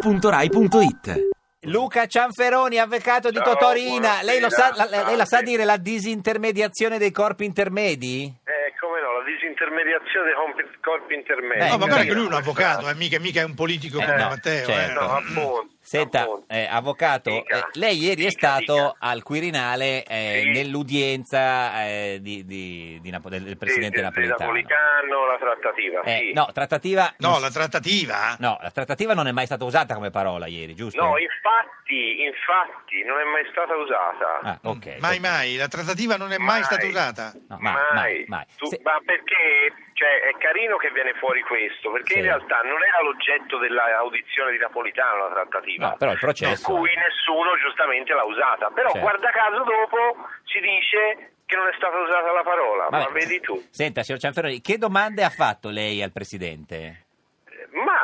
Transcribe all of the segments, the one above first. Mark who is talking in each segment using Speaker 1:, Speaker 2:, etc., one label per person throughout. Speaker 1: radio2pod.rai.it
Speaker 2: Luca Cianferoni, avvocato di
Speaker 3: Ciao,
Speaker 2: Totorina, lei, lo sa,
Speaker 3: buonasera.
Speaker 2: la, la- lei la sa
Speaker 3: Salve.
Speaker 2: dire la disintermediazione dei corpi intermedi?
Speaker 3: Eh, come no, la disintermediazione dei compi- corpi intermedi.
Speaker 2: Eh,
Speaker 4: No, ma guarda che lui è un
Speaker 3: Questa-
Speaker 4: avvocato, eh, mica, mica è un politico
Speaker 2: Eh,
Speaker 4: come
Speaker 2: no,
Speaker 4: Matteo.
Speaker 3: No,
Speaker 2: certo.
Speaker 4: eh.
Speaker 3: appunto.
Speaker 2: Senta,
Speaker 3: appunto.
Speaker 2: eh, avvocato,
Speaker 3: Dica.
Speaker 2: eh, lei ieri è
Speaker 3: Dica,
Speaker 2: stato
Speaker 3: dica.
Speaker 2: al Quirinale eh,
Speaker 3: Sì.
Speaker 2: nell'udienza eh, di- di- di Napo- del, del presidente
Speaker 3: Sì, del- del
Speaker 2: napoletano.
Speaker 3: Napolitano, la trattativa,
Speaker 2: Eh,
Speaker 3: sì.
Speaker 2: No, trattativa...
Speaker 4: No, la trattativa?
Speaker 2: no, la trattativa non è mai stata usata come parola ieri, giusto?
Speaker 3: No, infatti, infatti, non è mai stata usata.
Speaker 2: Ah, ok. Eh,
Speaker 4: Mai mai, la trattativa non è mai,
Speaker 3: Mai.
Speaker 4: stata usata.
Speaker 2: No, mai, mai, mai.
Speaker 3: Tu-
Speaker 2: Se-
Speaker 3: Ma perché cioè, è carino che viene fuori questo? Perché
Speaker 2: Sì.
Speaker 3: in realtà non era l'oggetto dell'audizione di Napolitano la trattativa.
Speaker 2: No, però il processo-
Speaker 3: Per cui nessuno giustamente l'ha usata. Però
Speaker 2: Certo.
Speaker 3: guarda caso dopo si dice che non è stata usata la parola.
Speaker 2: Vabbè,
Speaker 3: Ma vedi tu.
Speaker 2: Senta, signor Cianferoni, che domande ha fatto lei al presidente?
Speaker 3: Ma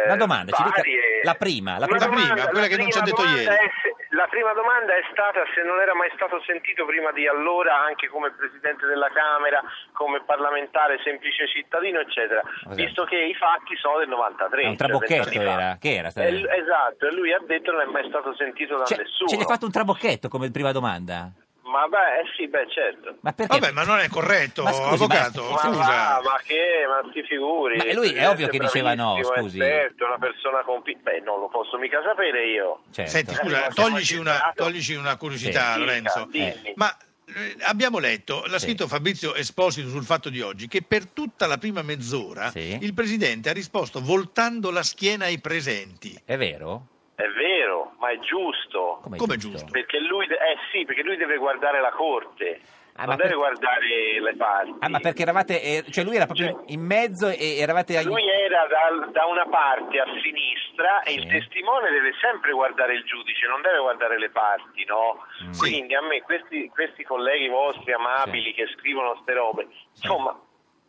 Speaker 3: eh,
Speaker 2: Una domanda, ci dica
Speaker 3: varie-
Speaker 2: la prima, la
Speaker 3: Una
Speaker 2: prima.
Speaker 4: La prima, quella che non ci ho
Speaker 3: prima
Speaker 4: detto
Speaker 3: domanda
Speaker 4: ieri.
Speaker 3: è se- la prima domanda è stata se non era mai stato sentito prima di allora anche come presidente della Camera, come parlamentare, semplice cittadino, eccetera,
Speaker 2: Cos'è?
Speaker 3: visto che i fatti sono del 93.
Speaker 2: È un
Speaker 3: cioè
Speaker 2: trabocchetto
Speaker 3: vent'anni fa.
Speaker 2: era, che era?
Speaker 3: E lui- esatto, e lui ha detto non è mai stato sentito da
Speaker 2: Cioè,
Speaker 3: nessuno.
Speaker 2: ce l'hai fatto un trabocchetto come prima domanda?
Speaker 3: Ma beh, eh sì, beh, certo.
Speaker 2: Ma perché?
Speaker 4: Vabbè, ma non è corretto,
Speaker 2: Ma scusi, ma-
Speaker 4: avvocato,
Speaker 2: Ma
Speaker 3: Ma, va,
Speaker 4: Oh, scusa.
Speaker 3: ma che, ma ti figuri.
Speaker 2: Ma lui è
Speaker 3: Il
Speaker 2: ovvio
Speaker 3: presidente
Speaker 2: che diceva no,
Speaker 3: bravissimo,
Speaker 2: scusi.
Speaker 3: Esperto, una persona compi- Beh, non lo posso mica sapere io.
Speaker 2: Certo.
Speaker 4: Senti,
Speaker 3: Eh,
Speaker 4: scusa,
Speaker 3: ma siamo
Speaker 4: toglici una,
Speaker 3: magistrato.
Speaker 4: toglici una curiosità,
Speaker 3: Sì.
Speaker 4: Lorenzo.
Speaker 3: Dica, dimmi.
Speaker 4: Ma eh, abbiamo letto, l'ha
Speaker 2: Sì.
Speaker 4: scritto Fabrizio Esposito sul fatto di oggi, che per tutta la prima mezz'ora
Speaker 2: Sì.
Speaker 4: il presidente ha risposto voltando la schiena ai presenti.
Speaker 2: È vero?
Speaker 3: È vero, ma è giusto.
Speaker 4: Com'è giusto?
Speaker 3: Perché lui, de- eh sì, perché lui deve guardare la corte,
Speaker 2: Ah, ma
Speaker 3: non deve
Speaker 2: per-
Speaker 3: guardare le parti.
Speaker 2: Ah, ma perché eravate... eh, Cioè lui era proprio
Speaker 3: Cioè-
Speaker 2: in mezzo e eravate... agli-
Speaker 3: Lui era dal- da una parte a sinistra e
Speaker 2: Sì.
Speaker 3: il testimone deve sempre guardare il giudice, non deve guardare le parti, no?
Speaker 2: Mm.
Speaker 4: Sì.
Speaker 3: Quindi a me questi, questi colleghi vostri amabili che scrivono ste robe,
Speaker 2: Sì.
Speaker 3: insomma,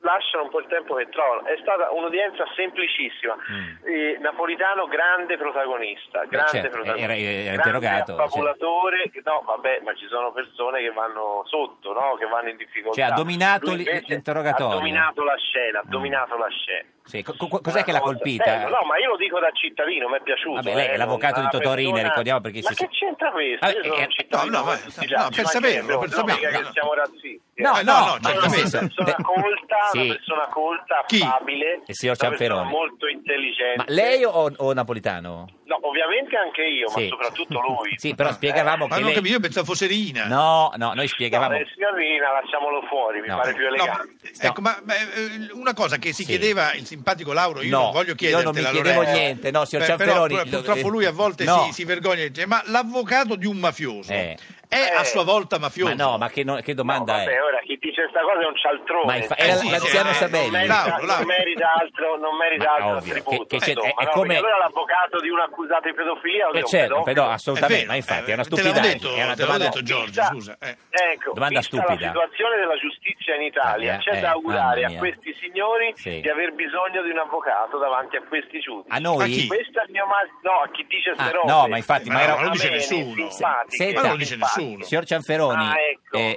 Speaker 3: lasciano un po' il tempo che trovano. È stata un'udienza semplicissima.
Speaker 2: Mm.
Speaker 3: Eh, Napolitano, grande protagonista, grande
Speaker 2: certo, era-
Speaker 3: protagonista.
Speaker 2: era
Speaker 3: grande
Speaker 2: interrogato,
Speaker 3: affabulatore, che- no, vabbè, ma ci sono persone che vanno sotto, no? Che vanno in difficoltà.
Speaker 2: Cioè, ha dominato
Speaker 3: Lui
Speaker 2: l-
Speaker 3: invece
Speaker 2: l'interrogatorio.
Speaker 3: Ha dominato la scena, ha
Speaker 2: Mm.
Speaker 3: dominato la scena.
Speaker 2: Sì, co- co- cos'è
Speaker 3: Una
Speaker 2: che l'ha
Speaker 3: cosa-
Speaker 2: colpita?
Speaker 3: Eh, no, ma io lo dico da cittadino, mi è piaciuto.
Speaker 2: Vabbè, lei è
Speaker 3: eh,
Speaker 2: l'avvocato
Speaker 3: non-
Speaker 2: di
Speaker 3: una
Speaker 2: Totorina,
Speaker 3: persona-
Speaker 2: ricordiamo perché ci
Speaker 3: Ma che
Speaker 2: sono-
Speaker 3: c'entra questo?
Speaker 2: Vabbè,
Speaker 3: Io sono
Speaker 2: eh,
Speaker 3: un cittadino.
Speaker 4: no, no, ma-
Speaker 3: tutti gli altri, ma
Speaker 4: no, per
Speaker 3: che-
Speaker 4: saperlo, per
Speaker 3: no,
Speaker 4: saperlo.
Speaker 3: mica che siamo razzisti. eh.
Speaker 2: No,
Speaker 4: Eh,
Speaker 2: no,
Speaker 4: no, no,
Speaker 2: ma
Speaker 3: Sono
Speaker 4: certo.
Speaker 3: una
Speaker 2: nel senso-
Speaker 3: persona
Speaker 2: beh,
Speaker 3: colta,
Speaker 2: sì.
Speaker 3: una persona colta,
Speaker 4: Chi?
Speaker 3: affabile,
Speaker 2: Il signor
Speaker 3: una persona
Speaker 2: Cianferoni.
Speaker 3: molto intelligente.
Speaker 2: Ma lei o, o Napolitano?
Speaker 3: No, ovviamente anche io,
Speaker 2: Sì.
Speaker 3: ma soprattutto lui. Eh,
Speaker 2: Sì, però spiegavamo
Speaker 4: Ma
Speaker 2: che
Speaker 4: non
Speaker 2: lei...
Speaker 4: capisco, io pensavo fosse Rina.
Speaker 2: No, no, noi
Speaker 3: No,
Speaker 2: spiegavamo...
Speaker 3: eh, signorina, lasciamolo fuori, mi
Speaker 2: No.
Speaker 3: pare più
Speaker 4: No,
Speaker 3: elegante.
Speaker 4: ecco, ma ma, eh, una cosa che si
Speaker 2: Sì.
Speaker 4: chiedeva il simpatico Lauro, io
Speaker 2: No,
Speaker 4: non voglio
Speaker 2: io non
Speaker 4: chiedertela
Speaker 2: mi chiedevo
Speaker 4: Lorenzo.
Speaker 2: niente, no, signor
Speaker 4: Beh, però,
Speaker 2: Cianferoni,
Speaker 4: pur-
Speaker 2: lo-
Speaker 4: purtroppo lui a volte
Speaker 2: no.
Speaker 4: si, si vergogna, e dice, ma l'avvocato di un mafioso
Speaker 2: Eh.
Speaker 4: è a
Speaker 3: Eh.
Speaker 4: sua volta mafioso.
Speaker 2: Ma no, ma che, no- che domanda
Speaker 3: No, vabbè,
Speaker 2: è?
Speaker 3: ora chi dice questa cosa è un cialtrone. cioè,
Speaker 2: Ma infa-
Speaker 4: Eh
Speaker 2: era
Speaker 4: sì,
Speaker 2: l'anziano
Speaker 4: eh,
Speaker 2: Sabelli.
Speaker 3: Non merita,
Speaker 4: Lauro, Lauro.
Speaker 3: non merita altro, non merita
Speaker 2: Ma
Speaker 3: altro
Speaker 2: ovvio,
Speaker 3: attributo.
Speaker 2: che- che c'è-
Speaker 3: insomma,
Speaker 2: è- è
Speaker 3: no,
Speaker 2: come-
Speaker 3: perché allora l'avvocato di un accusato di pedofilia o di
Speaker 2: Eh
Speaker 3: un
Speaker 2: certo,
Speaker 3: pedofilo?
Speaker 2: però assolutamente,
Speaker 4: È vero,
Speaker 2: ma infatti
Speaker 4: eh,
Speaker 2: è una
Speaker 4: te l'avevo
Speaker 2: stupidaggine,
Speaker 4: detto-
Speaker 2: è una
Speaker 4: te l'avevo
Speaker 2: domanda-
Speaker 4: detto, Giorgio,
Speaker 3: Vista-
Speaker 4: scusa, eh.
Speaker 3: Ecco,
Speaker 2: Domanda
Speaker 3: vista
Speaker 2: stupida.
Speaker 3: la situazione della giustizia in Italia,
Speaker 2: Eh,
Speaker 3: c'è
Speaker 2: eh,
Speaker 3: da augurare
Speaker 2: mamma mia.
Speaker 3: a questi signori
Speaker 2: Sì.
Speaker 3: di aver bisogno di un avvocato davanti a questi giudici.
Speaker 2: A
Speaker 4: Ma
Speaker 2: noi?
Speaker 4: chi?
Speaker 3: Questo è il mio mal... No, a chi dice ste
Speaker 2: Ah,
Speaker 3: robe.
Speaker 2: no, ma infatti, ma era-
Speaker 3: a
Speaker 2: non lo
Speaker 4: dice
Speaker 3: me,
Speaker 4: nessuno.
Speaker 3: simpatiche,
Speaker 2: Senta,
Speaker 4: Ma non lo dice
Speaker 3: simpatiche.
Speaker 4: nessuno.
Speaker 2: Signor Cianferoni,
Speaker 3: Ah, ecco,
Speaker 2: eh,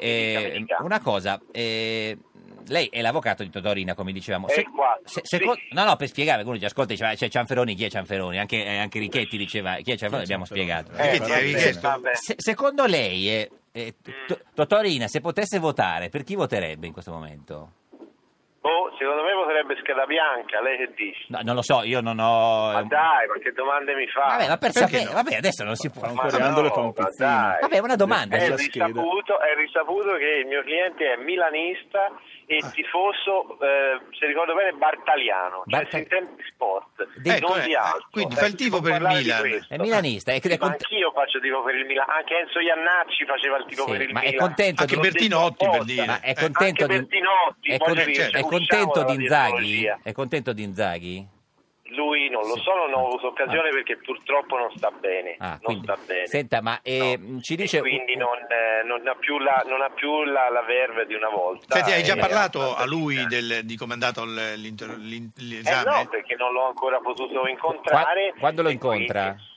Speaker 2: eh,
Speaker 3: dica, dica.
Speaker 2: una cosa, eh, lei è l'avvocato di Todorina, come dicevamo.
Speaker 3: Eh, qua,
Speaker 2: seco-
Speaker 3: sì.
Speaker 2: No, no, per spiegare, uno ci ascolta e diceva, c'è cioè, Cianferoni, chi è Cianferoni? Anche, eh, anche Richetti diceva, chi è Cianferoni? Abbiamo spiegato.
Speaker 4: Eh, Richetti,
Speaker 3: vabbè,
Speaker 4: avevi chiesto?
Speaker 3: vabbè.
Speaker 2: Se- secondo lei, eh, eh,
Speaker 3: Mm.
Speaker 2: To- Totorina, se potesse votare, per chi voterebbe in questo momento?
Speaker 3: Boh, secondo me potrebbe scheda bianca, lei che dice.
Speaker 2: No, non lo so, io non ho... eh,
Speaker 3: Ma dai, ma che domande mi fa?
Speaker 2: Vabbè, ma per
Speaker 4: Perché
Speaker 2: sapere,
Speaker 4: no?
Speaker 2: vabbè, adesso non si può...
Speaker 3: Ma
Speaker 5: coriandolo fa un
Speaker 3: ma
Speaker 5: pizzino.
Speaker 3: dai. Eh, diciamo
Speaker 2: Vabbè, una domanda, cioè,
Speaker 3: È
Speaker 2: sulla
Speaker 3: risaputo, è risaputo che il mio cliente è milanista e
Speaker 2: Ah.
Speaker 3: tifoso, eh, se ricordo bene, bartaliano, cioè
Speaker 2: Barta-
Speaker 3: si intende di sport,
Speaker 2: Di-
Speaker 3: non
Speaker 4: Ecco,
Speaker 3: di
Speaker 4: eh,
Speaker 3: altro.
Speaker 4: quindi fa il tifo
Speaker 3: si può
Speaker 4: per il
Speaker 3: parlare di
Speaker 4: Milan.
Speaker 3: questo.
Speaker 2: È milanista, è-
Speaker 3: Sì,
Speaker 2: è
Speaker 3: ma
Speaker 2: cont-
Speaker 3: anch'io faccio tifo per il Milan, anche Enzo Iannacci faceva il tifo
Speaker 2: Sì,
Speaker 3: per il
Speaker 2: ma è
Speaker 3: Milan.
Speaker 2: contento
Speaker 4: Anche
Speaker 2: di-
Speaker 4: Bertinotti, per
Speaker 3: apposta.
Speaker 4: dire.
Speaker 2: Ma è
Speaker 4: Eh,
Speaker 2: contento
Speaker 3: anche
Speaker 2: di
Speaker 3: Bertinotti,
Speaker 2: è,
Speaker 3: poi
Speaker 2: con-
Speaker 3: ci
Speaker 2: è
Speaker 3: riusciamo
Speaker 2: contento
Speaker 3: dalla
Speaker 2: di Inzaghi?
Speaker 3: dietrologia.
Speaker 2: È contento di Inzaghi?
Speaker 3: Lui non lo
Speaker 2: Sì.
Speaker 3: so, non ho avuto occasione
Speaker 2: Ah.
Speaker 3: perché purtroppo non sta bene.
Speaker 2: Ah,
Speaker 3: non
Speaker 2: quindi-
Speaker 3: sta bene.
Speaker 2: senta, ma, eh, ci
Speaker 3: E
Speaker 2: dice-
Speaker 3: quindi non, eh, non ha più, la, non ha più la, la verve di una volta.
Speaker 4: Senti, Cioè, hai già
Speaker 3: Eh,
Speaker 4: parlato a lui
Speaker 3: eh,
Speaker 4: del- di come è andato l- l'inter- l'in-
Speaker 3: Eh
Speaker 4: l'esame?
Speaker 3: no, perché non l'ho ancora potuto incontrare.
Speaker 2: Qua- quando lo
Speaker 3: e
Speaker 2: incontra?
Speaker 3: quindi-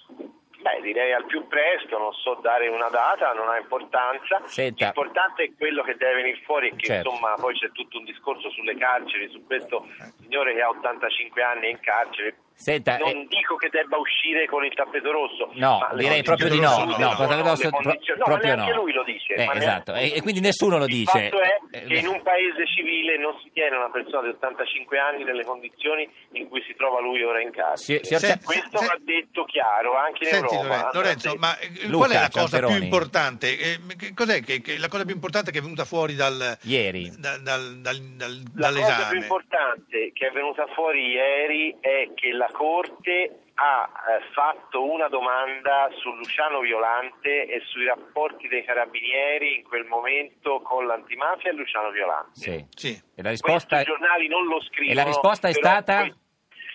Speaker 3: Beh, direi al più presto, non so dare una data, non ha importanza.
Speaker 2: Senta.
Speaker 3: L'importante è quello che deve venire fuori e che
Speaker 2: Certo.
Speaker 3: insomma
Speaker 2: Eh.
Speaker 3: poi c'è tutto un discorso sulle carceri, su questo signore che ha 85 anni è in carcere.
Speaker 2: Senta,
Speaker 3: non
Speaker 2: eh,
Speaker 3: dico che debba uscire con il tappeto rosso.
Speaker 2: No,
Speaker 3: ma le
Speaker 2: direi
Speaker 3: condizioni
Speaker 2: proprio di
Speaker 4: rosso
Speaker 2: no.
Speaker 3: sono
Speaker 2: No,
Speaker 4: no,
Speaker 3: tutte-
Speaker 4: no,
Speaker 2: Portale
Speaker 3: le
Speaker 2: Rosso pro-
Speaker 3: condizioni- no, ma
Speaker 2: proprio
Speaker 3: neanche
Speaker 2: no.
Speaker 3: lui lo dice.
Speaker 2: Eh,
Speaker 3: ma neanche
Speaker 2: esatto,
Speaker 3: lui
Speaker 2: e, e quindi nessuno lo dice.
Speaker 3: Il fatto è che
Speaker 2: Eh,
Speaker 3: in un paese civile non si tiene una persona di 85 anni nelle condizioni in cui si trova lui ora in carcere.
Speaker 2: Sì, signor
Speaker 4: Se-
Speaker 3: Questo
Speaker 4: se-
Speaker 3: va detto chiaro anche in
Speaker 4: Senti,
Speaker 3: Europa.
Speaker 4: Lorenzo,
Speaker 3: andrà
Speaker 4: Lorenzo,
Speaker 3: detto.
Speaker 4: ma eh,
Speaker 2: Luca
Speaker 4: qual è la cosa
Speaker 2: Ciamperoni.
Speaker 4: più importante? Eh, che- cos'è che, che- la cosa più importante che è venuta fuori dal,
Speaker 2: Ieri.
Speaker 4: da- dal- dal- dal-
Speaker 3: La
Speaker 4: dall'esame?
Speaker 3: cosa più importante che è venuta fuori ieri è che la Corte ha eh, fatto una domanda su Luciano Violante e sui rapporti dei carabinieri in quel momento con l'antimafia e Luciano Violante.
Speaker 2: sì.
Speaker 4: Sì.
Speaker 2: E la risposta
Speaker 3: Questo i giornali non lo
Speaker 2: E
Speaker 3: scrivono.
Speaker 2: la risposta è
Speaker 3: però
Speaker 2: stata
Speaker 3: que-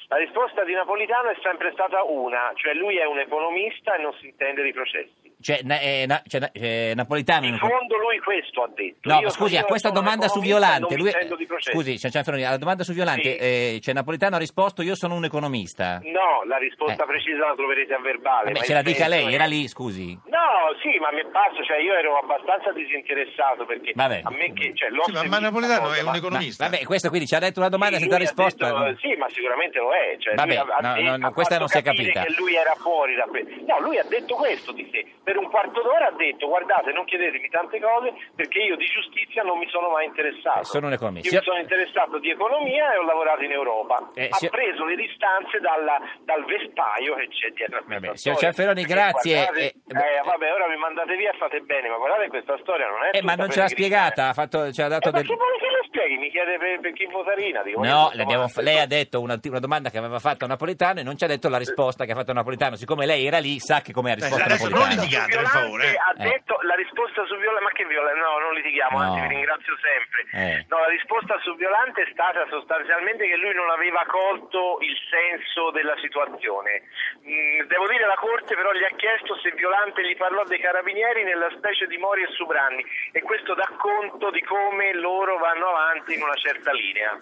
Speaker 3: La risposta di Napolitano è sempre stata una, cioè lui è un economista e non si intende di processi.
Speaker 2: cioè, na- eh, na- cioè, na- eh, Napolitano
Speaker 3: In fondo lui questo ha detto.
Speaker 2: No,
Speaker 3: Io
Speaker 2: ma scusi,
Speaker 3: sono-
Speaker 2: a questa
Speaker 3: sono un
Speaker 2: domanda su
Speaker 3: economista e non
Speaker 2: Violante,
Speaker 3: mi
Speaker 2: lui,
Speaker 3: intendo di processi.
Speaker 2: scusi, signor Cianferoni, alla domanda su Violante,
Speaker 3: Sì.
Speaker 2: eh, cioè, Napolitano ha risposto io sono un economista.
Speaker 3: No, la risposta
Speaker 2: Eh.
Speaker 3: precisa la troverete a verbale.
Speaker 2: Vabbè,
Speaker 3: ma
Speaker 2: ce
Speaker 3: il
Speaker 2: la dica
Speaker 3: senso
Speaker 2: lei,
Speaker 3: è-
Speaker 2: era lì, scusi.
Speaker 3: No, sì, ma mi passo, cioè io ero abbastanza disinteressato perché
Speaker 2: Vabbè.
Speaker 3: a me che... Cioè, l'ho
Speaker 4: Sì, ma, ma
Speaker 3: seguita
Speaker 4: Napoletano
Speaker 3: cosa,
Speaker 4: è un
Speaker 3: ma-
Speaker 2: Ma-
Speaker 4: economista.
Speaker 2: vabbè, questo quindi ci ha detto una domanda
Speaker 3: Sì,
Speaker 2: senza
Speaker 3: lui ha
Speaker 2: risposta.
Speaker 3: detto,
Speaker 2: no?
Speaker 3: Sì, ma sicuramente lo è. Cioè,
Speaker 2: Vabbè,
Speaker 3: lui ha- ha
Speaker 2: no,
Speaker 3: detto-
Speaker 2: no, no,
Speaker 3: ha
Speaker 2: questa non
Speaker 3: fatto
Speaker 2: si è
Speaker 3: capire
Speaker 2: capita.
Speaker 3: Che lui era fuori da que- No, lui ha detto questo di sé. Per un quarto d'ora ha detto, guardate, non chiedetemi tante cose perché io di giustizia non mi sono mai interessato.
Speaker 2: Eh, sono un economista.
Speaker 3: Io mi sono interessato di economia e ho lavorato in Europa.
Speaker 2: Eh,
Speaker 3: ha
Speaker 2: signor-
Speaker 3: preso le distanze dalla- dal vespaio che c'è dietro a questa
Speaker 2: Vabbè,
Speaker 3: storia.
Speaker 2: signor Cianferoni,
Speaker 3: Perché
Speaker 2: grazie.
Speaker 3: guardate-
Speaker 2: Eh,
Speaker 3: eh, vabbè, ora mi mandate via e fate bene, ma guardate questa storia non è...
Speaker 2: Eh, ma
Speaker 3: tutta
Speaker 2: non ce l'ha
Speaker 3: pellegrina, eh.
Speaker 2: spiegata, ha fatto, ci ha dato
Speaker 3: Eh, ma
Speaker 2: del...
Speaker 3: che vuole che lo spieghi? Mi chiede per, per chi votarina? Dico, voglio
Speaker 2: No,
Speaker 3: fare
Speaker 2: le abbiamo fa-
Speaker 3: domande.
Speaker 2: lei ha detto una, una domanda che aveva fatto a Napolitano e non ci ha detto la risposta che ha fatto a Napolitano. Siccome lei era lì, sa che come ha risposto
Speaker 4: adesso
Speaker 2: Napolitano.
Speaker 4: non litighiamo. litigate, per favore, eh.
Speaker 3: Ha
Speaker 2: Eh.
Speaker 3: detto la risposta su Violante, ma che Violante? No, non litighiamo,
Speaker 2: No.
Speaker 3: anzi vi ringrazio sempre.
Speaker 2: Eh.
Speaker 3: No, la risposta su Violante è stata sostanzialmente che lui non aveva colto il senso della situazione. Mm, devo dire la Corte però gli ha chiesto se Violante gli parlò dei carabinieri nella specie di Mori e Subranni e questo dà conto di come loro vanno avanti in una certa linea.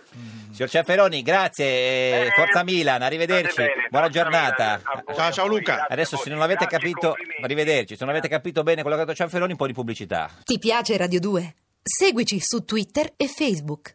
Speaker 2: Signor Cianferoni, grazie, eh,
Speaker 3: Bene.
Speaker 2: Forza Milan, arrivederci,
Speaker 3: Eh, State bene,
Speaker 2: buona
Speaker 3: forza
Speaker 2: giornata.
Speaker 3: Milan, a voi,
Speaker 4: Ciao,
Speaker 3: a
Speaker 4: ciao
Speaker 3: voi,
Speaker 4: Luca.
Speaker 3: grazie a
Speaker 2: Adesso
Speaker 3: voi.
Speaker 2: se non avete
Speaker 3: Grazie,
Speaker 2: capito,
Speaker 3: complimenti.
Speaker 2: arrivederci, se non avete capito bene quello che ha detto Cianferoni, un po' di pubblicità.
Speaker 1: Ti piace Radio 2? Seguici su Twitter e Facebook.